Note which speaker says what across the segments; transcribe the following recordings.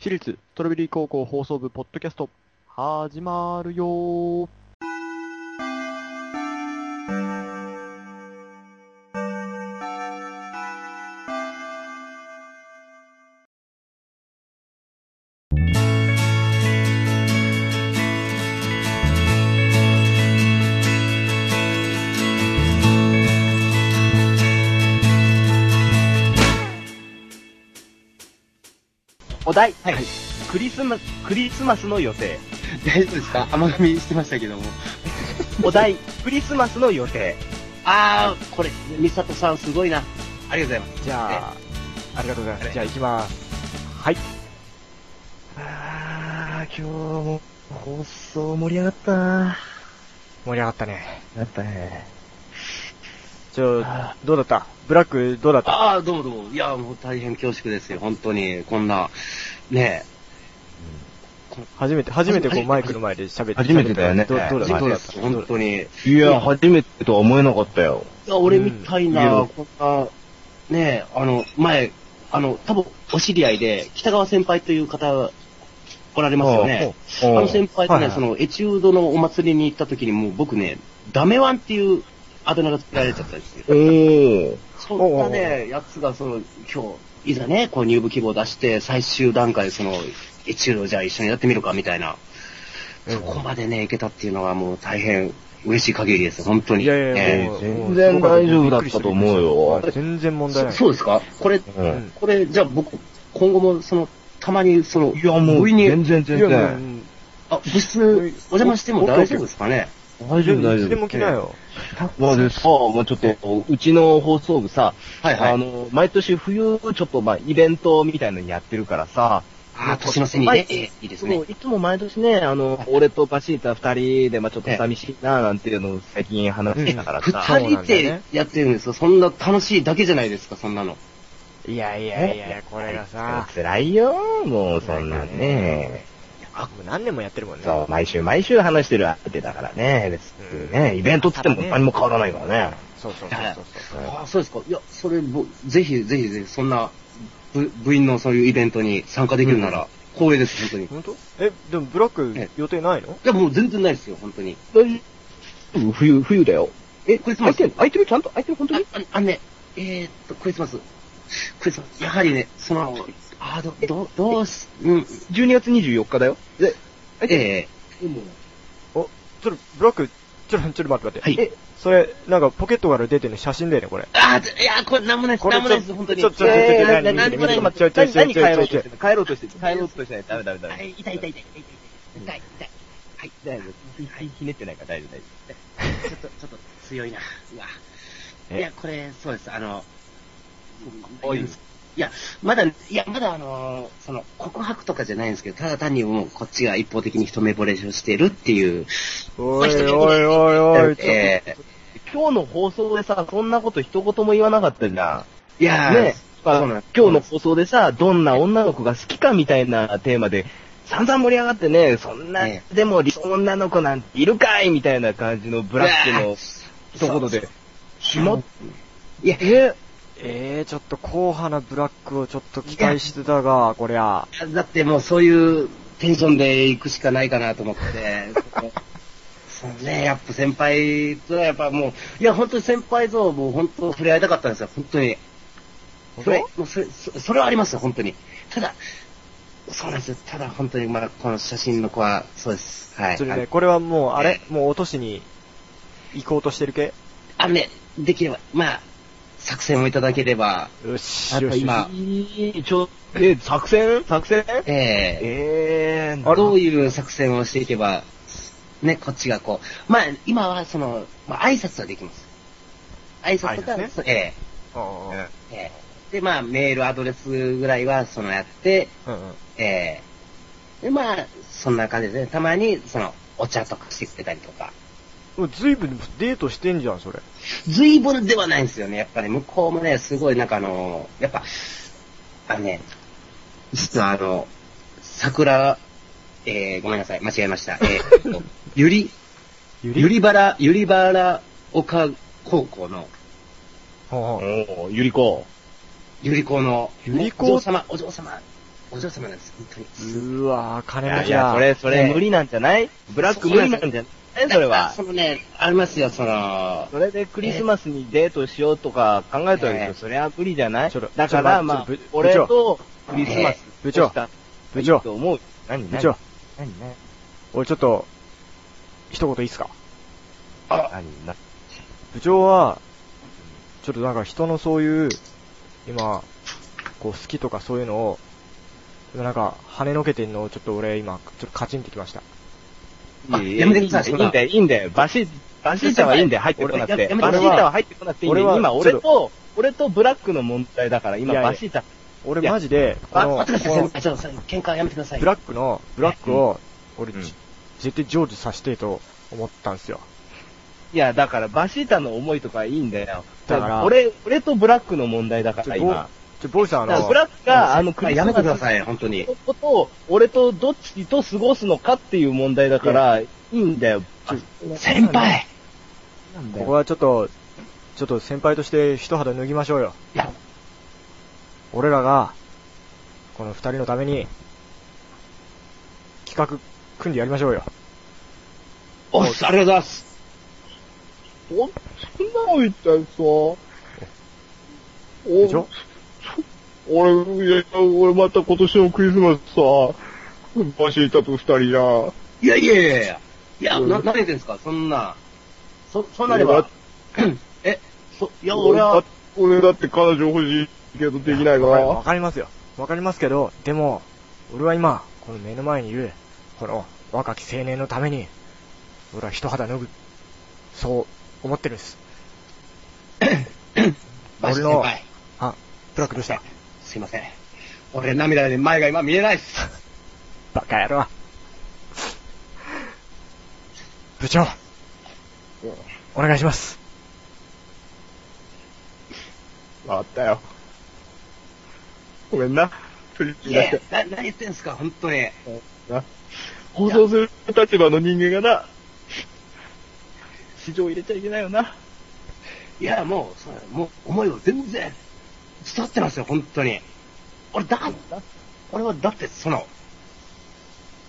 Speaker 1: 私立トロビリー高校放送部ポッドキャスト、始まるよー
Speaker 2: お題、
Speaker 3: はい
Speaker 2: クリスマス、クリスマスの予定。
Speaker 3: 大丈夫ですか甘噛みしてましたけども。
Speaker 2: お題、クリスマスの予定。あー、これ、ミサトさんすごいな。ありがとうございます。
Speaker 1: じゃあ、ありがとうございます。
Speaker 2: え
Speaker 1: じゃあ行きます。はい。あー、今日も放送盛り上がったな盛り上がったね。
Speaker 2: やったね。
Speaker 1: ちょ、どうだったブラックどうだった
Speaker 3: ああ、どうもどうも。いや、もう大変恐縮ですよ。本当に、こんな、ね
Speaker 1: 初めて、初めてこ
Speaker 3: は
Speaker 1: う
Speaker 3: じ
Speaker 1: マイクの前で喋って。
Speaker 4: 初めてだよね
Speaker 1: どうどう
Speaker 3: え、
Speaker 1: だ
Speaker 4: 初
Speaker 1: った
Speaker 3: 事
Speaker 4: め
Speaker 1: ど
Speaker 3: 故
Speaker 1: う
Speaker 3: で
Speaker 1: だっ
Speaker 3: す。
Speaker 1: た
Speaker 3: 本当に。い
Speaker 4: いや、初めてとは思えなかったよ。
Speaker 3: や、俺みたい
Speaker 4: うんい
Speaker 3: な、
Speaker 4: い
Speaker 3: こんな、ねえ、あの、前、あの、多分、お知り合いで、北川先輩という方、おられますよね。あ
Speaker 4: うん
Speaker 3: の先輩と
Speaker 1: はい
Speaker 3: ね、
Speaker 1: はい
Speaker 3: その、エチュードのお祭りに行った時に、もう僕ね、ダメワンっていうあだ名がつけられちゃったんですよ。
Speaker 4: おー。
Speaker 3: そんなね、やつがその、今日、いざね、こう入部希望出して、最終段階でその、一応じゃあ一緒にやってみるか、みたいな。そこまでね、いけたっていうのはもう大変嬉しい限りです、本当に。
Speaker 1: いやいや、
Speaker 3: ね
Speaker 1: もう
Speaker 4: 全然大丈夫だったと思うよ
Speaker 1: あ全然問題な
Speaker 3: そ
Speaker 1: い。
Speaker 3: そうですかこれ、
Speaker 4: う
Speaker 1: うん
Speaker 4: ん。
Speaker 3: これ、じゃあ僕、今後もその、たまにその
Speaker 4: い、や、もう、
Speaker 3: 無理に
Speaker 4: 全然全
Speaker 1: いやも
Speaker 4: 然。
Speaker 1: う
Speaker 3: あ、部室、お邪魔しても大丈夫ですかね
Speaker 4: 大丈夫、大
Speaker 1: いつ
Speaker 4: 丈
Speaker 1: でも
Speaker 4: 夫。
Speaker 1: 来なよ。
Speaker 4: まあでさ、もうちょっと、うちの放送部さ、
Speaker 3: はいは
Speaker 4: あ
Speaker 3: い。
Speaker 4: の、毎年冬、ちょっとまあ、イベントみたいなのやってるからさ、
Speaker 3: あー、年の瀬にね、
Speaker 4: う
Speaker 3: え
Speaker 4: ん
Speaker 3: ーいいです
Speaker 4: そ
Speaker 3: ね
Speaker 4: う。いつも毎年ね、あの、 俺とバシータ二人で、まあちょっと
Speaker 3: ええ
Speaker 4: 寂しいな、なんていうのを最近話してたから
Speaker 3: 二
Speaker 4: さ、
Speaker 1: そうな
Speaker 3: 人
Speaker 1: んだよ
Speaker 3: で
Speaker 1: ね
Speaker 3: やってるんですよ。そんな楽しいだけじゃないですか、そんなの。
Speaker 1: いやいやいやいや、これがさ、
Speaker 4: 辛いよ、もうそんなんね。
Speaker 1: あ、もう何年もやってるもんね。
Speaker 4: そう、毎週毎週話してる相手だからね、別にね、イベントっつっても何も変わらないからね。
Speaker 1: そうそうそうそうそう。
Speaker 3: ああ、そうですか。いや、それ、ぼぜひ、ぜひ、ぜひ、そんな、部部員のそういうイベントに参加できるなら、光栄です、本当に。い
Speaker 1: 本当え、でもブラッ
Speaker 3: え
Speaker 1: ク予定ないの
Speaker 3: や、もう全然ないですよ、本当に。
Speaker 4: 大丈夫冬、冬だよ。
Speaker 3: え、クリスマ
Speaker 4: 開い
Speaker 3: ス
Speaker 4: てる開いてるちゃんと開いてる本当
Speaker 3: あ
Speaker 4: に、
Speaker 3: ああのね、えー、っと、クリスマス。クリスマス。やはりね、その、ああ、ど、ど、どうし、うん、
Speaker 4: ?12 月24日だよ。で、
Speaker 3: え
Speaker 1: ちょっと、ブラック、ちょっと、ちょっと待って待って。
Speaker 3: はい
Speaker 1: え、それ、なんかポケットから出てる写真だよね、これ。
Speaker 3: ー、ああ、いや、これ、なんもないです、
Speaker 1: これ
Speaker 3: なんもないで
Speaker 1: ち
Speaker 3: す、
Speaker 1: ょ
Speaker 3: 本当に。
Speaker 1: ちょちょ
Speaker 3: え
Speaker 1: えー
Speaker 4: 何、何、何、何、何帰ろうとしてる帰ろうとしてる帰ろうとしてない。ダメダメダ
Speaker 3: ーは
Speaker 4: メ。
Speaker 3: い、痛い痛い痛い痛い痛い痛い痛い。
Speaker 4: 大丈夫。ひねってないから大丈夫大丈
Speaker 3: ちょっと、ちょっと強いな。うわ。
Speaker 1: え
Speaker 3: いや、これ、そうです。あの、
Speaker 4: おい
Speaker 3: いや、まだ、いや、まだあの、その、告白とかじゃないんですけど、ただ単にもう、こっちが一方的に一目惚れをしてるっていう。
Speaker 1: おいおいおいおい、ちょっ
Speaker 3: え
Speaker 4: 夫。今日の放送でさ、そんなこと一言も言わなかったじゃん。
Speaker 3: ーいやー、
Speaker 4: ね
Speaker 3: そう
Speaker 4: まあ
Speaker 3: なんで
Speaker 4: 今日の放送でさ、どんな女の子が好きかみたいなテーマで、散々盛り上がってね、そんな
Speaker 3: え、
Speaker 4: でも理想女の子なんているかいみたいな感じのブラックの一言で、しまっ、
Speaker 3: いや、
Speaker 4: え、
Speaker 1: えー、ちょっと硬派なブラックをちょっと期待してたが、こりゃ。
Speaker 3: だってもうそういうテンションで行くしかないかなと思って。そうね、やっぱ先輩とはやっぱもう、いや本当に先輩ともう本当触れ合いたかったんですよ、本当に。それ、もうそれ、そそれはありますよ、本当に。ただ、そうなんですよ。ただ、本当に、まあ、この写真の子は、そうです。はい。
Speaker 1: それ
Speaker 3: あ
Speaker 1: ね、
Speaker 3: の
Speaker 1: これはもう、あれもう落としに行こうとしてる系
Speaker 3: あのね、できれば、まあ、作戦をいただければ、
Speaker 1: よし、
Speaker 3: あと
Speaker 1: よし。
Speaker 3: 今
Speaker 4: いい、ちょ、え、作戦作戦
Speaker 3: ええ
Speaker 4: えー、
Speaker 1: あれ
Speaker 3: どういう作戦をしていけば、ね、こっちがこう、まあ、今は、その、まあ、挨拶はできます。挨拶とか、
Speaker 1: 挨拶ね
Speaker 3: そえ
Speaker 1: うんうん
Speaker 3: えええで、まあ、メールアドレスぐらいは、その、やって、
Speaker 1: うんうん
Speaker 3: ええで、まあ、そんな感じですね。たまに、その、お茶とかしてくれたりとか。
Speaker 1: もう随分デートしてんじゃん、それ。
Speaker 3: 随分ではないんですよね。やっぱり向こうもね、すごいなんかあの、やっぱ、あのね、実はあの、桜、えー、ごめんなさい、間違えました。え ー、ゆり、
Speaker 1: ゆ
Speaker 3: ゆりばら、ゆりばら丘高校の、
Speaker 1: ほうほう
Speaker 4: おーゆりこ。
Speaker 3: ゆり校の、
Speaker 1: ゆり校
Speaker 3: お嬢様、お嬢様、お嬢様なんです、本当に。
Speaker 1: うわぁ、金
Speaker 4: い
Speaker 1: 持
Speaker 4: や
Speaker 1: ち
Speaker 4: いや、
Speaker 1: だ
Speaker 4: そ。れ、それ
Speaker 3: ね
Speaker 4: 無理なんじゃないブラック
Speaker 3: そう
Speaker 4: 無理なんじゃないそれは。
Speaker 3: そのね、ありますよ、その、
Speaker 4: それでクリスマスにデートしようとか考えたわけですよ。それは無理じゃない
Speaker 1: ちょっと
Speaker 4: だか
Speaker 1: ちょっと
Speaker 4: ら、
Speaker 1: 待
Speaker 4: まあ
Speaker 1: ってちょっ、と部
Speaker 4: 俺とクリスマス
Speaker 1: 部長
Speaker 4: をした
Speaker 1: 部長、
Speaker 4: と思う。何
Speaker 1: 部
Speaker 4: 何
Speaker 1: 長、
Speaker 4: 何何
Speaker 1: 俺ちょっと、一言いいっすか
Speaker 4: 何な
Speaker 1: 部長は、ちょっとなんか人のそういう、今、こう好きとかそういうのを、ちょっとなんか、跳ねのけてんのをちょっと俺今、ちょっとカチンってきました。
Speaker 3: あ
Speaker 4: いい
Speaker 3: やめてください
Speaker 4: いいんだよ、いいんだよ。バシ、バシータはいいんだよ、入ってこなくて。
Speaker 3: 俺や
Speaker 4: バ
Speaker 3: め
Speaker 4: シ
Speaker 3: て
Speaker 4: ータは入ってこなくていいんだよ。
Speaker 1: 俺は
Speaker 4: 今、
Speaker 1: ち
Speaker 4: 俺
Speaker 1: ょっ
Speaker 4: と、俺とブラックの問題だから、今、
Speaker 1: いやいや
Speaker 4: バシータ。
Speaker 1: 俺
Speaker 4: いや
Speaker 1: マジで、こ
Speaker 4: あ
Speaker 1: の、
Speaker 3: 待ってください、
Speaker 1: こ
Speaker 3: 先
Speaker 1: の
Speaker 3: 輩、ちょっとさ喧嘩やめてください。
Speaker 1: ブラックの、ブラックを、俺、
Speaker 4: うん
Speaker 1: じ絶対成就させてえと思ったんですよ。
Speaker 4: いや、だから、バシータの思いとかいいんだよ。
Speaker 1: だから
Speaker 4: 俺、俺とブラックの問題だか
Speaker 1: ち
Speaker 4: ら、
Speaker 1: ょ、ボ
Speaker 4: 今。
Speaker 1: ちょ、ボイさんあ
Speaker 4: だから
Speaker 1: の
Speaker 4: ブ、ラックが、あの、ク
Speaker 3: あ
Speaker 4: リス
Speaker 3: や
Speaker 4: マ
Speaker 3: め
Speaker 4: ス
Speaker 3: てください、本当に。
Speaker 4: のことを、俺とどっちと過ごすのかっていう問題だから、いいんだよ。
Speaker 3: 先輩
Speaker 4: なん
Speaker 1: ここはちょっと、ちょっと先輩として一肌脱ぎましょうよ。
Speaker 3: いや、
Speaker 1: 俺らが、この二人のために、企画、組んでやりましょうよ。
Speaker 3: おっす、ありがとうございます。
Speaker 4: そんなの言ったらさ、お
Speaker 1: でしょ
Speaker 4: 俺、いや、俺また今年のクリスマスさ、バシータと二人じゃん。
Speaker 3: いやいやいやいや。いや、
Speaker 4: うん
Speaker 3: な、何言ってんすか、そんな。そ、そうなれば。え、そ、い
Speaker 4: い
Speaker 3: や、俺は、、
Speaker 4: 俺だって彼女欲しいけどできないか
Speaker 1: わかわかりますよ。わかりますけど、でも、俺は今、この目の前にいる、この若き青年のために、俺は一肌脱ぐ、そう思ってるんです。
Speaker 3: バシ
Speaker 1: 俺の
Speaker 3: 先輩。
Speaker 1: あ、ブラックどうした
Speaker 3: すいません。俺、涙で前が今見えないっ す。
Speaker 1: バカ野郎。部長、お願いします。
Speaker 4: あったよ。ごめんな。プリ
Speaker 3: い
Speaker 4: ティだ
Speaker 3: や
Speaker 4: け。、
Speaker 3: な、何言ってんすか、本当に。
Speaker 4: 放送する立場の人間がな、市場入れちゃいけないよな。
Speaker 3: いや、もう、そうもう、思いを全然、伝わってますよ、本当に。俺、だから、俺は、だって、その、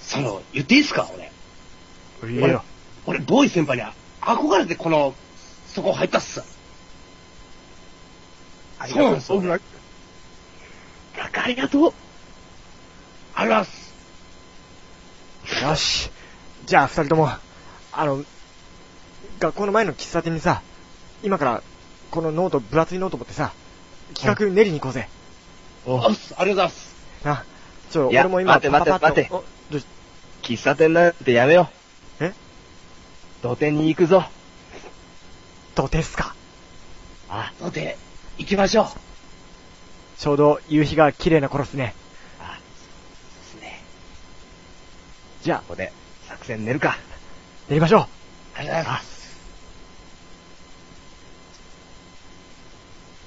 Speaker 3: その、言っていいっすか、俺。
Speaker 1: 言えよ。
Speaker 3: 俺、ボーイ先輩に憧れて、この、そこ入ったっす。そうなんですよ。
Speaker 4: ブ
Speaker 3: 俺
Speaker 4: ラックブラックありがとう。
Speaker 3: あります。
Speaker 1: よし。じゃあ、二人とも、あの、学校の前の喫茶店にさ、今から、このノート、分厚いノート持ってさ、企画練りに行こうぜ。
Speaker 3: おっす、ありがとうございます。
Speaker 1: な、ちょ、
Speaker 4: いや
Speaker 1: 俺も今、
Speaker 4: 待て待て
Speaker 1: パパパッとおちょ
Speaker 4: 喫茶店なんてやめよう。
Speaker 1: え
Speaker 4: 土手に行くぞ。
Speaker 1: どうですか
Speaker 4: あ、
Speaker 3: ので、行きましょう。で
Speaker 1: ちょうど夕日が綺麗な頃っすね。
Speaker 3: すね。
Speaker 1: じゃ
Speaker 4: ここで作戦練るか。
Speaker 1: あ、練りましょう。
Speaker 3: ありがとうございます。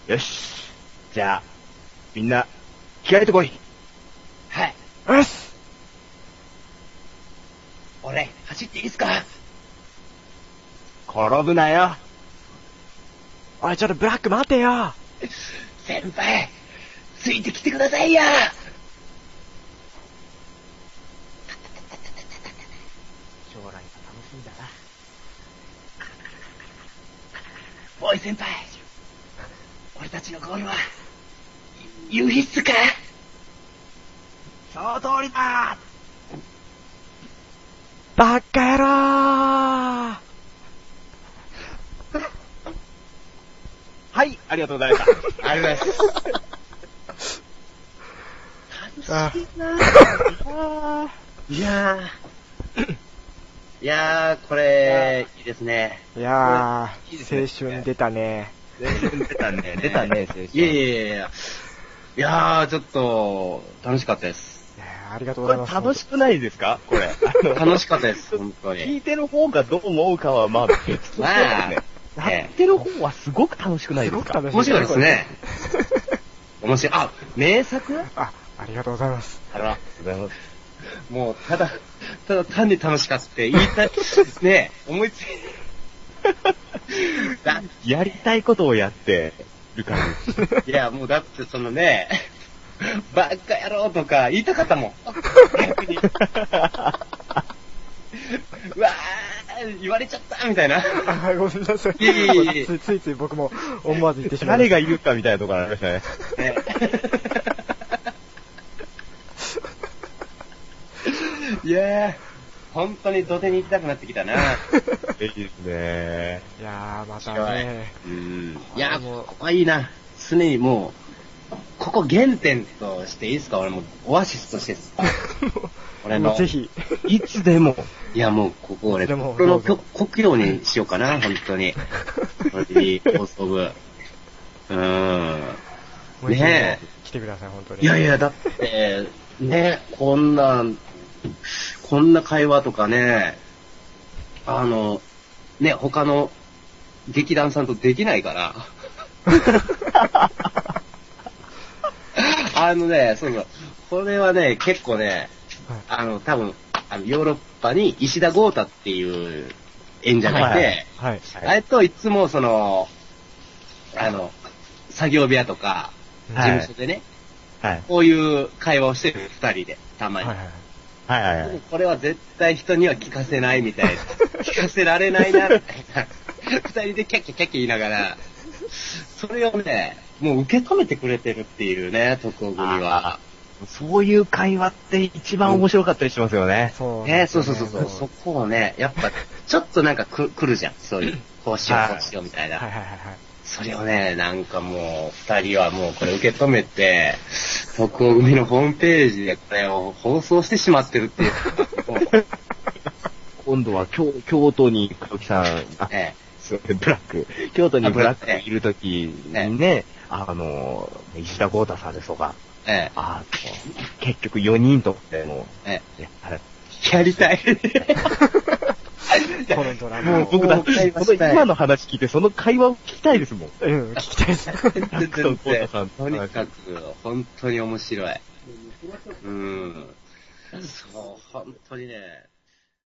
Speaker 4: よし。じゃあ、みんな、着替えてこい。
Speaker 3: はい。
Speaker 1: よっす
Speaker 3: 俺、走っていいっすか
Speaker 4: 転ぶなよ。
Speaker 1: おい、ちょっとブラック待てよ
Speaker 3: 先輩、ついてきてくださいよ
Speaker 4: 将来が楽しみだな。
Speaker 3: ボーイ先輩、俺たちのゴールは、夕日っすか
Speaker 4: その通りだ
Speaker 1: バカ野郎
Speaker 4: はい、ありがとうございました。
Speaker 3: ありがとうございます。楽しいなぁ。いやぁ。いやー、これ、いいですね。
Speaker 1: いや
Speaker 3: いいです
Speaker 1: ー、
Speaker 3: ね
Speaker 1: 青春出たね。
Speaker 3: 出たね
Speaker 4: 出たね青春
Speaker 3: いやいやいやいや。いやー、ちょっと、楽しかったです。
Speaker 1: いやーありがとう
Speaker 4: こ
Speaker 1: ござ
Speaker 4: れ
Speaker 1: います。
Speaker 4: 楽しくないですかこれ。あの
Speaker 3: 楽しかった です、本当
Speaker 4: 聞
Speaker 3: に。
Speaker 4: いてる方がどう思うかは、まあ、別
Speaker 3: ま
Speaker 4: としてです
Speaker 3: あ
Speaker 4: ね。、や
Speaker 3: え
Speaker 4: ってる方はすごく楽しくないですか
Speaker 1: すごく楽
Speaker 3: え面白いですね。面白い。あ、名作
Speaker 1: あ、ありがとうございます。
Speaker 3: あら、
Speaker 4: ございます。
Speaker 3: もう、ただ、ただ単に楽しかったって言いたい、ねえ、 思いついだ
Speaker 4: やりたいことをやってる感 じ。
Speaker 3: いや、もうだってそのね、バカ野郎とか言いたかったもん。逆 に。うわー、言われちゃったみたいな。
Speaker 1: あ、ごめんなさい。
Speaker 3: いえいえいえ
Speaker 1: ついついつい僕も思わず言ってしまいま
Speaker 4: 誰
Speaker 1: した。
Speaker 4: が言うかみたいなところありま したね。
Speaker 3: ねいやー、本当に土手に行きたくなってきたな。
Speaker 4: いいですね。
Speaker 1: いやー、またね。
Speaker 4: うん。
Speaker 3: いや
Speaker 1: あの
Speaker 3: ー、ここはいいな。常にもう、ここ原点としていいですか俺もうオアシスとして さ俺
Speaker 1: も
Speaker 3: の
Speaker 1: う。ぜひ。
Speaker 3: いつでも。いや、もう、ここ俺、
Speaker 1: でも
Speaker 3: この
Speaker 1: ど
Speaker 3: 故
Speaker 1: うぞ
Speaker 3: 故郷にしようかな、本当 に。本当に、放送部。うーん。
Speaker 1: もう一度
Speaker 3: ね
Speaker 1: 来てください、本当に。
Speaker 3: いやいや、だって、ね、こんな、こんな会話とかね、あの、ね、他の劇団さんとできないから。 あのね、そうそう。これはね、結構ね、あの、多分、あの、ヨーロッパに石田豪太っていう演者がいて、
Speaker 1: はい。はい。
Speaker 3: あれといつもその、あの、作業部屋とか、事
Speaker 1: はい
Speaker 3: 務所でね、
Speaker 4: はい。
Speaker 3: こういう会話をしてる二人で、たまに。
Speaker 1: はいはい
Speaker 4: はいはいは
Speaker 3: でも
Speaker 4: い。
Speaker 3: これは絶対人には聞かせないみたいな。聞かせられないな、みたいな。二人でキャッキャキャッキャ言いながら、それをね、もう受け止めてくれてるっていうね、特攻組は。
Speaker 4: そういう会話って一番面白かったりしますよね。
Speaker 1: そう
Speaker 3: ね、
Speaker 1: です
Speaker 3: そ
Speaker 1: よ
Speaker 3: うそうそうそう。そこをね、やっぱ、ちょっとなんかく来るじゃん。そういう、こうしよ、
Speaker 4: はいう
Speaker 3: こうしようみたいな。
Speaker 1: はいはいはいはい。
Speaker 3: それをね、なんかもう、二人はもうこれ受け止めて、特攻組のホームページでこれを放送してしまってるっていう。
Speaker 4: 今度は京京都に、黒木さん、あ、
Speaker 3: え
Speaker 4: すいませんブラック。京都にブラック
Speaker 3: あブラックね
Speaker 4: いるときにね、あの、石田豪太さんですとか、
Speaker 3: え、ええ、
Speaker 4: あの、結局4人とっても
Speaker 3: え
Speaker 4: う、ね、あれ
Speaker 3: え、やりたい。
Speaker 1: このドラマ
Speaker 4: もう
Speaker 1: を。
Speaker 4: 僕だっ
Speaker 3: もう
Speaker 4: て、
Speaker 3: 会
Speaker 4: こ
Speaker 3: 話
Speaker 4: の
Speaker 3: したい
Speaker 4: 今の話聞いて、その会話を聞きたいですもん。
Speaker 1: うん、聞きたいです。
Speaker 3: 全然
Speaker 4: コウタさん
Speaker 3: とにかく、本当に面白い。うん。そう、本当にね。